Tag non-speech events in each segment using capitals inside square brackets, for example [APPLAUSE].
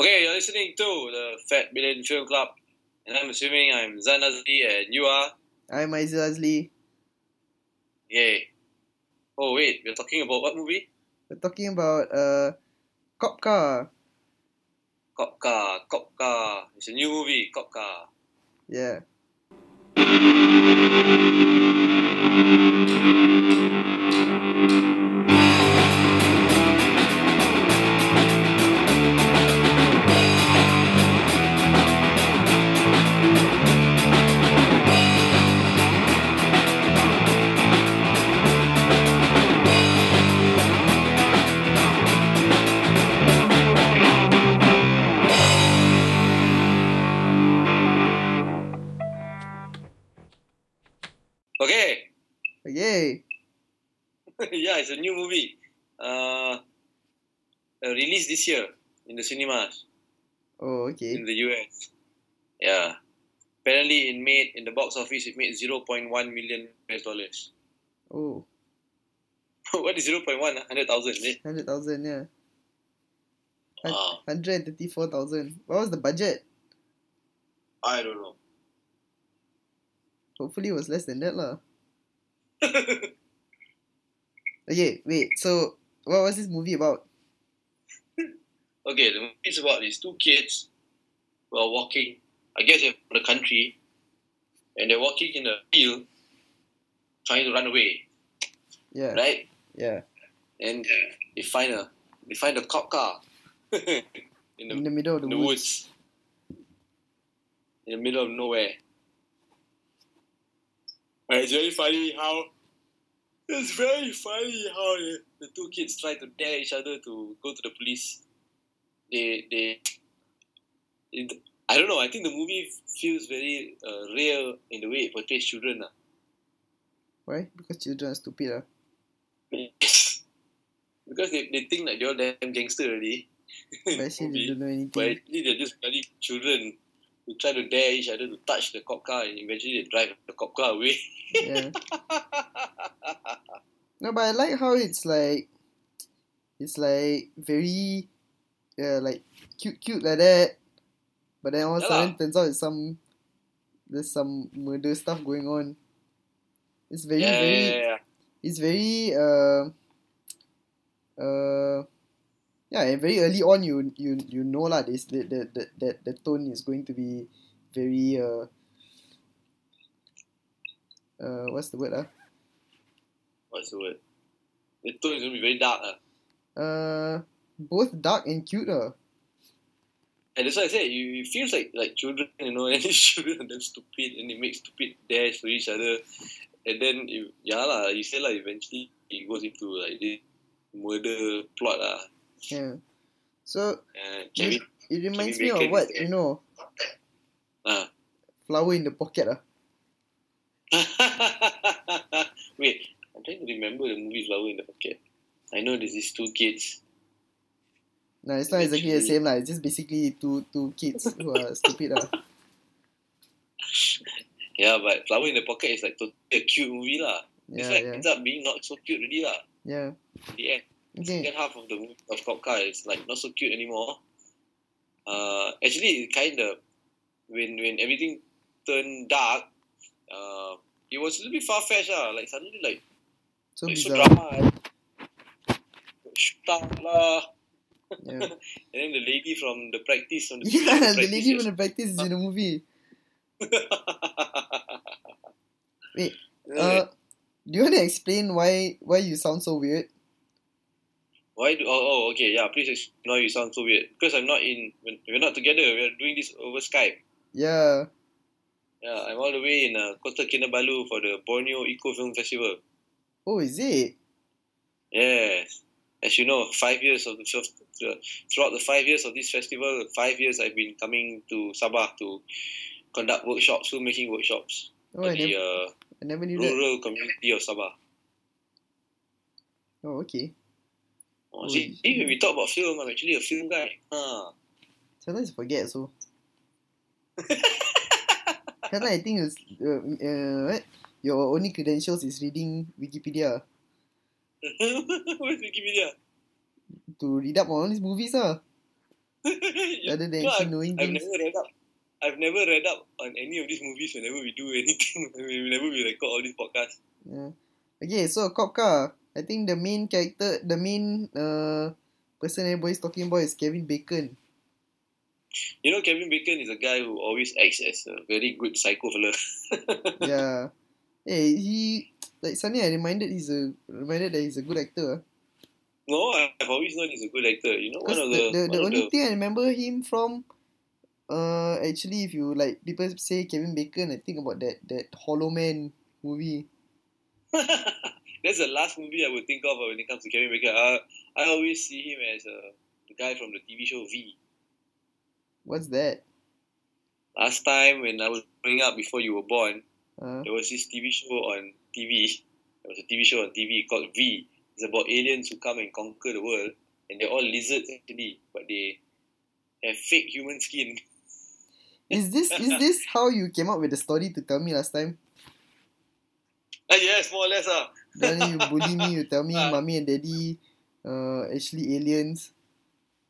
Okay, you're listening to the Fat Million Film Club, and I'm assuming I'm Zan Azli and you are. I'm Aizil Azli. Okay. Oh, wait, we're talking about what movie? We're talking about uh, cop car. Cop Car, Cop Car. It's a new movie, Cop Car. Yeah. Okay, [LAUGHS] Yay. yeah, it's a new movie. Uh, uh, released this year in the cinemas Oh, in okay. the US. Yeah. Apparently, it made in the box office, it made 0.1 million US dollars. [LAUGHS] Oh, what is 0.1? 100,000, is it? 100,000, yeah. Hun- Ah, 134,000. What was the budget? I don't know. Hopefully it was less than that [LAUGHS] lah. Okay, wait. So, what was this movie about? Okay, the movie is about these two kids who are walking. I guess they're from the country, and they're walking in a field, trying to run away, Yeah. right? Yeah. And they find a they find a cop car [LAUGHS] in the, In the middle of the, in the woods. woods, in the middle of nowhere. And it's very funny how it's very funny how the, the two kids try to dare each other to go to the police. They they. It, I don't know. I think the movie feels very uh, real in the way it portrays children. ah. Why? Because children are stupid [LAUGHS] lah. because they, they think like they're damn gangster already. in But the actually they movie. don't know But anything. actually, they're just bloody children who try to dare each other to touch the cop car and eventually they drive the cop car away. Yeah. No, but I like how it's like, it's like very, yeah, like cute, cute like that. But then all of a Yeah sudden, lah. turns out it's some, there's some murder stuff going on. It's very, yeah, very, yeah, yeah. it's very, uh, uh, yeah, and very early on, you you you know lah, this that that that that the tone is going to be very, uh, uh, what's the word ah? What's the word? The tone is going to be very dark. ah. Uh, both dark and cute. Uh. And that's why I said you- it feels like like children, [LAUGHS] you know, and these children are damn stupid and they make stupid dares to each other. And then, you, yeah, lah, you say like eventually it goes into like this murder plot. lah. Yeah. So Uh, Kevin, it reminds Jimmy me of Bacon what is you know, ah. Hmm. [LAUGHS] flower in the pocket. Uh. Wait, I'm trying to remember the movie Flower in the Pocket. I know there's these two kids. No, it's not exactly the Literally. same lah. It's just basically two two kids who are stupid. Uh. Yeah, but Flower in the Pocket is like totally a cute movie lah. [LAUGHS] it's Yeah, like yeah, ends up being not so cute really lah. yeah. In the end, Okay. second half of the movie of Cop Car is like not so cute anymore. Uh, actually, it kind of when when everything turned dark, uh, it was a little bit far fetched lah. Like suddenly like So like, so bizarre. drama. eh. Shoot out lah. Yeah. [LAUGHS] And then the lady from the practice from the [LAUGHS] yeah, the practice lady is- from the practice is in the movie. Wait, Uh, do you want to explain why why you sound so weird? why do oh, oh okay yeah please explain why you sound so weird because I'm not in when we're not together we're doing this over Skype Yeah. yeah I'm all the way in uh, Kota Kinabalu for the Borneo Eco Film Festival Oh, is it? yes as you know five years of the throughout the five years of this festival five years I've been coming to Sabah to conduct workshops filmmaking workshops for Oh, I the never, uh, I never knew that. rural community of Sabah Oh, okay. Oh, see, see, when we talk about film, I'm actually a film guy. Huh. [LAUGHS] Sometimes I forget, so. Sometimes I think it's, uh, uh, what? your only credentials is reading Wikipedia Where's Wikipedia? to read up on all these movies. Ah. rather than You know, actually I've, knowing [LAUGHS] I've things. never read up. I've never read up on any of these movies whenever we do anything, [LAUGHS] whenever we record all these podcasts. Yeah. Okay, so cop car. I think the main character, the main uh person everybody's talking about is Kevin Bacon. You know, Kevin Bacon is a guy who always acts as a very good psycho fella. [LAUGHS] yeah. Hey, he like suddenly I reminded he's a reminded that he's a good actor. ah. No, I've always known he's a good actor. You know, one Cause of the, the, the, the one of only the thing I remember him from, uh, actually, if you like people say Kevin Bacon, I think about that that Hollow Man movie. that's the last movie I would think of uh, when it comes to Kevin Bacon. I, I always see him as uh, the guy from the TV show V. What's that? Last time when I was growing up before you were born, Uh, there was this TV show on TV. There was a TV show on TV called V. It's about aliens who come and conquer the world, and they're all lizards actually, but they have fake human skin. [LAUGHS] is this is this how you came up with the story to tell me last time? Ah, yes, more or less. Ah. Then you bully me. You [LAUGHS] tell me, Ah. mommy and daddy, uh, actually aliens.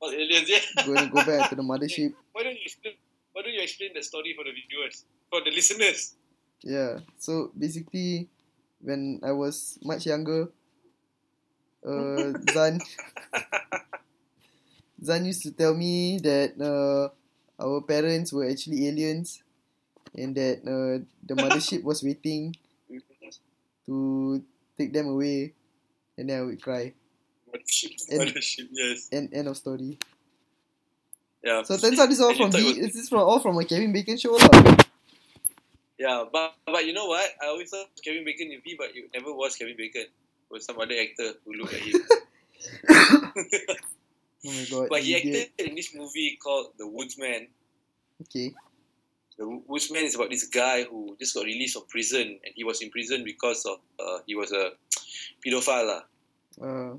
All aliens. [LAUGHS] Yeah. Going to go back to the mothership. Why don't you explain? Why don't you explain the story for the viewers, for the listeners? Yeah. So basically, when I was much younger, [LAUGHS] uh, Zan Zan used to tell me that uh, our parents were actually aliens, and that uh, the mothership was waiting to take them away, and then I would cry. Mothership, And- mothership, yes. End end of story. Yeah. So turns out this is And all you [LAUGHS] from thought it V. was- This is from all from a Kevin Bacon show lah. Oh Yeah, but but you know what? I always thought Kevin Bacon in V, but you never was Kevin Bacon. It was some other actor who looked like him. Oh my god. but he idiot. acted in this movie called The Woodsman. Okay. The Woodsman is about this guy who just got released from prison, and he was in prison because of uh, he was a pedophile. lah. Uh,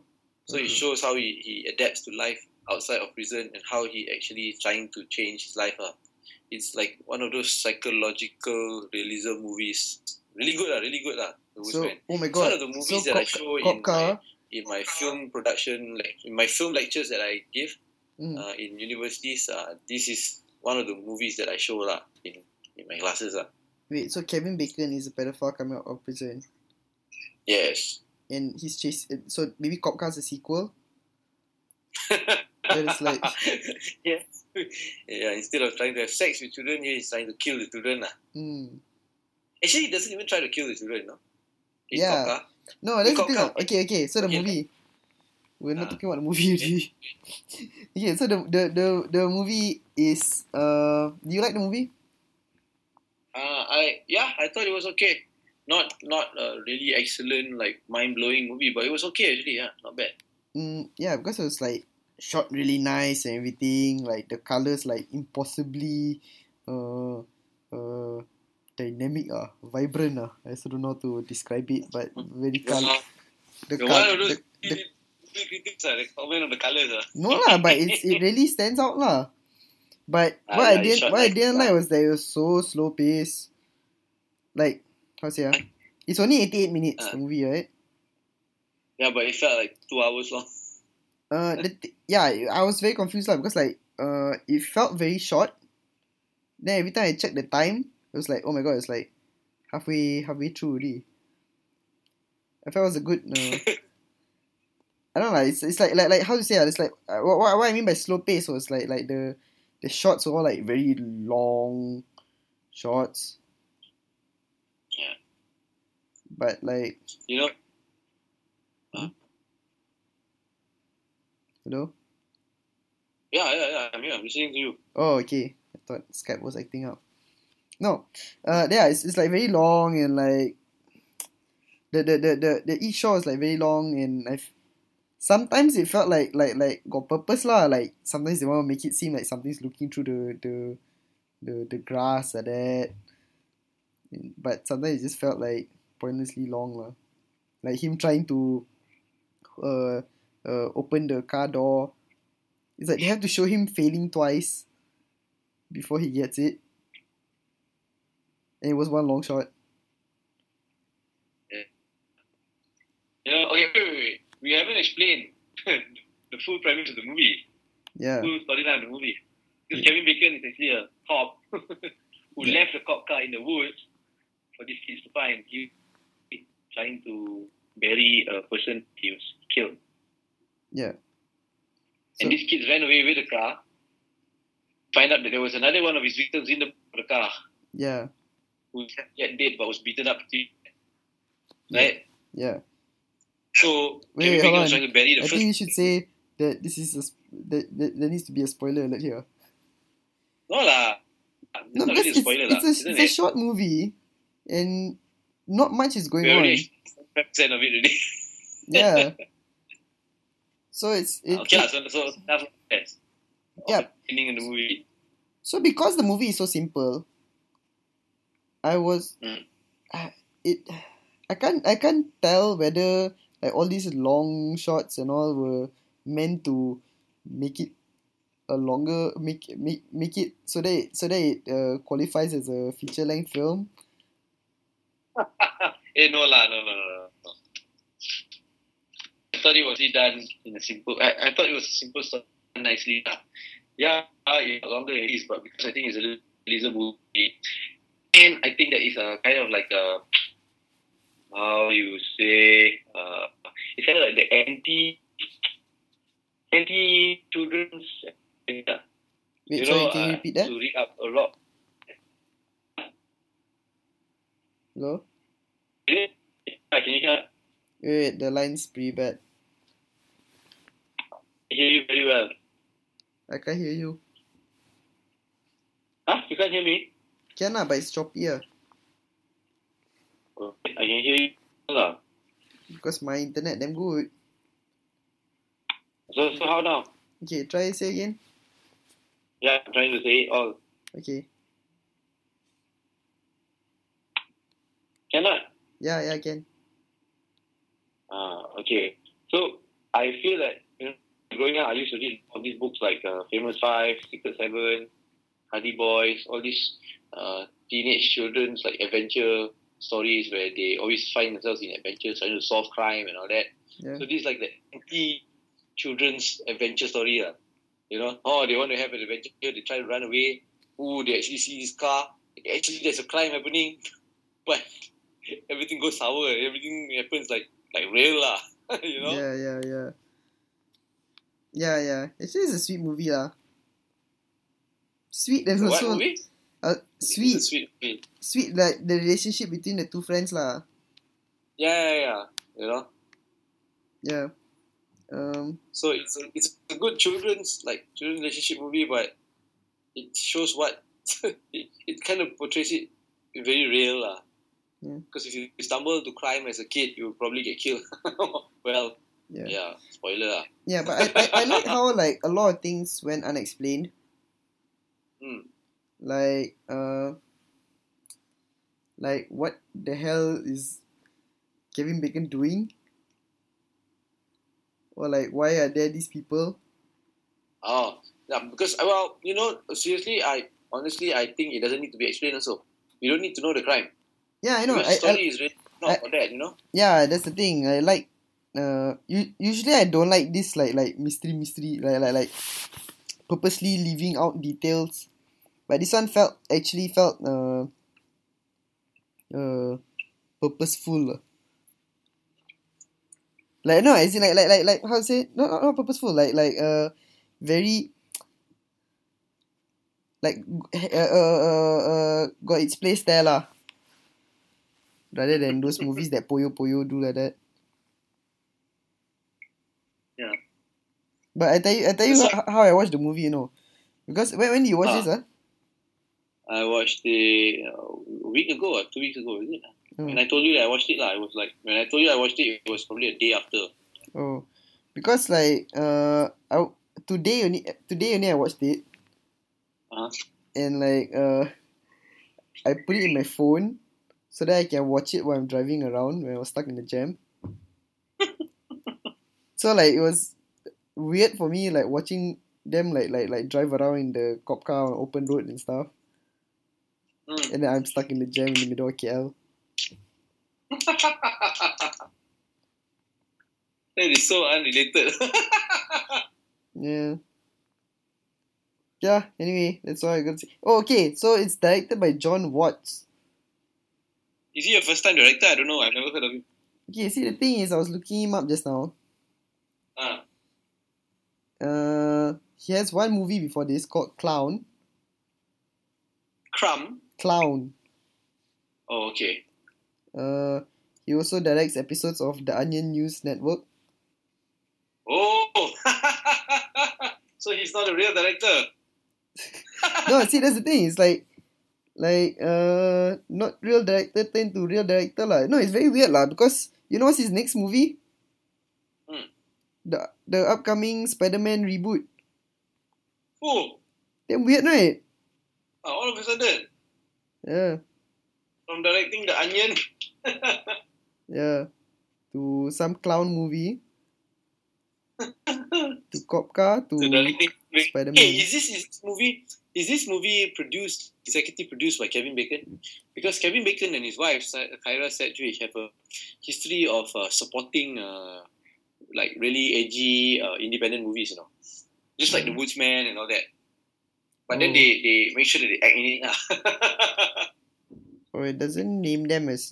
So it Mhm. shows how he, he adapts to life outside of prison and how he actually is trying to change his life. ah. It's like one of those psychological realism movies. Really good, ah, really good. ah. The so Woodsman. oh my it's one god. of the movies So that I Cop- show Cop in Car. my, in my film production, like, in my film lectures that I give Mm. uh, in universities. Uh, this is one of the movies that I show lah in, in my classes. ah. Wait, so Kevin Bacon is a pedophile coming out of prison, Yes. and he's chased. and So maybe Cop Car's a sequel. That is [LAUGHS] like, yes. yeah, instead of trying to have sex with children, he's trying to kill the children. lah. hmm. Actually, it doesn't even try to kill the children, no? In Yeah. Coca. No, that's the Cop thing. Car. ah. Okay, okay. So the Okay. movie. We're not Ah. talking about the movie already. [LAUGHS] okay, so the, the the the movie is uh. Do you like the movie? Uh, I yeah, I thought it was okay. Not not a really excellent, like mind blowing movie, but it was okay actually. Yeah, not bad. Mm, yeah, because it was like shot really nice and everything. Like the colors, like impossibly, uh, uh, dynamic ah, vibrant ah. I also don't know how to describe it, but very color. Uh, The The, col- one of the- those movie movie critics are the comment on the colors. ah. No lah, but it's, [LAUGHS] it really stands out lah. But Ah, yeah, what I it's didn't short what I like didn't that. like was that it was so slow pace. Like how to say ah? It's only eighty eight minutes Ah. the movie right? Yeah, but it felt like two hours long. [LAUGHS] Uh, the th- yeah, I was very confused lah because like uh, it felt very short. Then every time I checked the time, it was like oh my god, it's like halfway halfway through already. I felt it was a good. Uh, I don't know. Like, it's, it's like like like how to say ah, It's like uh, what, what what I mean by slow pace was like like the the shots were all like very long shots. Yeah. But like You know, hello. yeah, yeah, yeah. I'm here. I'm listening to you. Oh, okay. I thought Skype was acting up. No, uh, yeah, it's, it's like very long and like the the the the, the each shot is like very long and I sometimes it felt like like like got purpose lah. Like sometimes they want to make it seem like something's looking through the the the, the grass or that. But sometimes it just felt like pointlessly long lah. Like him trying to uh uh open the car door. It's like they have to show him failing twice before he gets it. And it was one long shot. [LAUGHS] You know, okay, wait, wait, wait. We haven't explained the full premise of the movie. Yeah. cool storyline of the movie. Because Yeah. Kevin Bacon is actually a cop [LAUGHS] who Yeah. left the cop car in the woods for these kids to find. He he trying to bury a person he was killed. Yeah. So- and these kids ran away with the car. Find out that there was another one of his victims in the, the car Yeah. who was not yet dead but was beaten up. to- Right? Yeah. So Kevin Wait, Bacon hold was on. trying to bury the I first think you should say that this is a sp- that, that there needs to be a spoiler alert here. No lah. It's No, not really a because it's, spoiler lah, it's, a, isn't it's a it? short movie, and not much is We [LAUGHS] going on. already percent of it already. Yeah. So it's it, okay lah, so, so that's what it is. Yeah. Beginning in the movie. So because the movie is so simple, I was Mm. I- it I can't I can't tell whether like all these long shots and all were meant to make it a longer make make make it so that it, so that it uh, qualifies as a feature length film. Eh, no lah, no, no, no, no. I thought it was really done in a simple. I, I thought it was a simple story done nicely. Lah. Yeah, uh, it's longer it is, but because I think it's a little movie, and I think that it's a kind of like a how you say uh, it's kind of like the anti anti children's. Yeah. Wait, sorry, can you uh, repeat that? To read up a lot. Hello? Yeah, can you hear, Wait, wait, the line's pretty bad. hear you very well? I can't hear you. Huh? You can't hear me? Can lah, but it's choppy ah, Oh, I can hear you. lah. because my internet damn good. So, so how now? Okay, try say again. Yeah, I'm trying to say it all. Okay. Cannot. Yeah, yeah, I can. Ah, okay. So I feel that you know, growing up, I used to read all these books like uh, Famous Five, Secret Seven, Hardy Boys, all these uh, teenage children's like adventure stories where they always find themselves in adventures trying to solve crime and all that. Yeah. So this is like the anti children's adventure story. lah. You know, oh, they want to have an adventure, they try to run away. Ooh, they actually see this car. Actually, there's a crime happening, [LAUGHS] but everything goes sour. Everything happens like like real lah. [LAUGHS] you know? Yeah, yeah, yeah. Yeah, yeah. Actually, it's a sweet movie lah. Sweet. There's what also movie? uh, It's a sweet, sweet movie. sweet like the relationship between the two friends lah. Yeah, yeah, yeah. You know, Yeah. Um. so it's a, it's a good children's like children's relationship movie, but it shows what [LAUGHS] it, it kind of portrays it very real lah. Yeah. Because if you stumble into crime as a kid, you will probably get killed. [LAUGHS] well, Yeah. yeah, yeah. spoiler lah. but I, I, I like how like a lot of things went unexplained. Mm. Like uh. Like what the hell is Kevin Bacon doing? Or like why are there these people? Oh, yeah, because uh, well, you know, seriously, I honestly I think it doesn't need to be explained. Also, you don't need to know the crime. Yeah, I know. Because I, I, story is really not for that. You know. yeah that's the thing i like uh u- usually i don't like this like like mystery mystery like like like purposely leaving out details but this one felt actually felt uh uh purposeful lah. like no as in like like like, like how to say no not, not purposeful like like uh very like uh, uh, uh, uh got its place there lah rather than those movies that Poyo Poyo do like that. Yeah. But I tell you, I tell you It's how, how I watched the movie, you know, because when when did you watch Ah. this? Huh? I watched it uh, a week ago or two weeks ago, is it? Mm. When I told you that I watched it, lah, I was like, when I told you I watched it, it was probably a day after. Oh, because like uh, I, today only today only I watched it, Uh-huh. and like uh, I put it in my phone so that I can watch it while I'm driving around when I was stuck in [LAUGHS] the jam. so like it was weird for me like watching them like like like drive around in the cop car on open road and stuff, Mm. and then I'm stuck in the jam in the middle of KL. that is so unrelated. [LAUGHS] Yeah, yeah, anyway, that's all I gotta say. Oh, okay, so it's directed by John Watts. Is he a first time director? I don't know. I've never heard of him. Okay, see, the thing is, I was looking him up just now. Ah, Uh, he has one movie before this called Clown. Crumb. Clown. Oh, okay. Uh, he also directs episodes of the Onion News Network. Oh, [LAUGHS] so he's not a real director. No, see, that's the thing. It's like, like, uh, not real director turned to real director lah. No, it's very weird lah because you know what's his next movie? Hmm. The the upcoming Spider-Man reboot. Oh, Damn weird, right? ah, all of a sudden, Yeah, from directing The Onion yeah. To some clown movie. to cop car to to directing Spider-Man. Hey, is this is this movie is this movie produced executive produced by Kevin Bacon? Because Kevin Bacon and his wife Sa- Kyra Sedgwick have a history of uh, supporting uh, like really edgy uh, independent movies, you know, just like The Woodsman and all that. But then Hmm. Oh. they, they make sure that they act in it. lah. or Oh, it doesn't name them as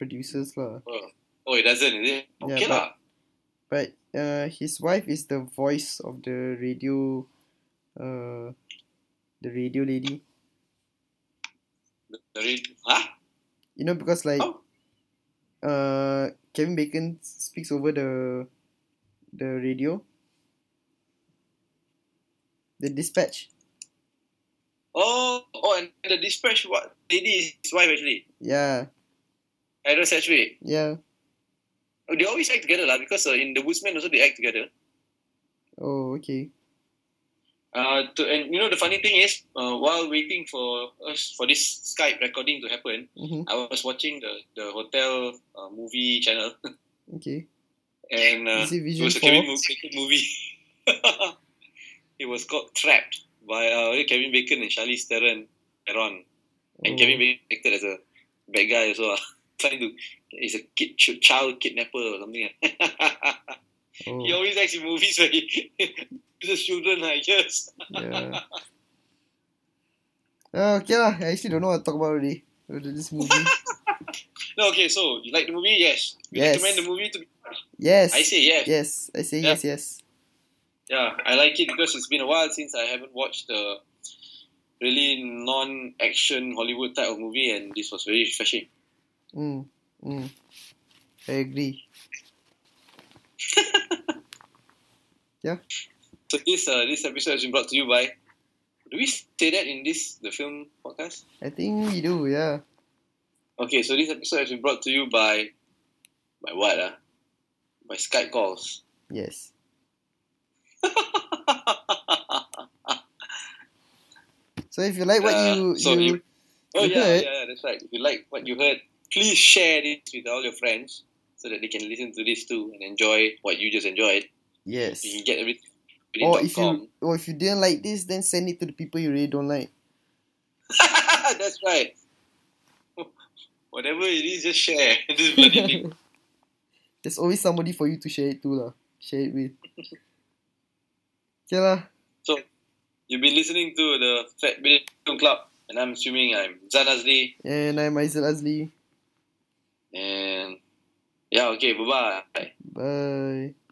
producers lah. [LAUGHS] oh, it doesn't, is it? Yeah, Okay but- lah. But uh, his wife is the voice of the radio, uh, the radio lady. The re- huh? You know because like, Oh. uh, Kevin Bacon speaks over the, the radio. The dispatch, Oh, oh, and the dispatch what lady is his wife actually. yeah, Kyra Sedgwick. yeah. Oh, They always act together lah because uh, in The Woodsman also they act together. Oh, okay. Uh, to, and you know the funny thing is, uh, while waiting for us for this Skype recording to happen, Mm-hmm. I was watching the the hotel uh, movie channel, [LAUGHS] Okay. and uh, Is it it Vision was a Four? Kevin Mo- Bacon [LAUGHS] movie. it was called Trapped by uh, Kevin Bacon and Charlize Theron. Theron. And Oh. Kevin Bacon acted as a bad guy as well. [LAUGHS] Trying to, he's a kid, child kidnapper or something. ah. [LAUGHS] Oh, He always acts in movies where he [LAUGHS] uses children, I guess. oh, yeah. Uh, okay lah. I actually don't know what to talk about already. Uh, This [LAUGHS] movie. No, okay, so you like the movie? Yes. You Yes. recommend the movie to Yes. I say yes. Yes, I say Yeah. yes, yes. Yeah, I like it because it's been a while since I haven't watched a really non action Hollywood type of movie and this was very refreshing. Mm, mm. I agree. So this uh, this episode has been brought to you by do we say that in this the film podcast? I think we do, yeah. Okay, so this episode has been brought to you by by what uh? By Skype calls. [LAUGHS] Yes. So if you like what Uh, you, so you, you- Oh You yeah, heard? yeah, yeah, that's right. If you like what you heard, please share this with all your friends so that they can listen to this too and enjoy what you just enjoyed. yes. You can get everything. at Or if Brilliant.com. you or if you didn't like this, then send it to the people you really don't like. [LAUGHS] that's right. [LAUGHS] Whatever it is, just share [LAUGHS] this bloody [LAUGHS] thing. There's always somebody for you to share it to lah. Share it with. okay lah. You've been listening to the Fat Billion Film Club, and I'm assuming I'm Zan Azli, And I'm Aizal Azli. and yeah, okay, bye bye. Bye.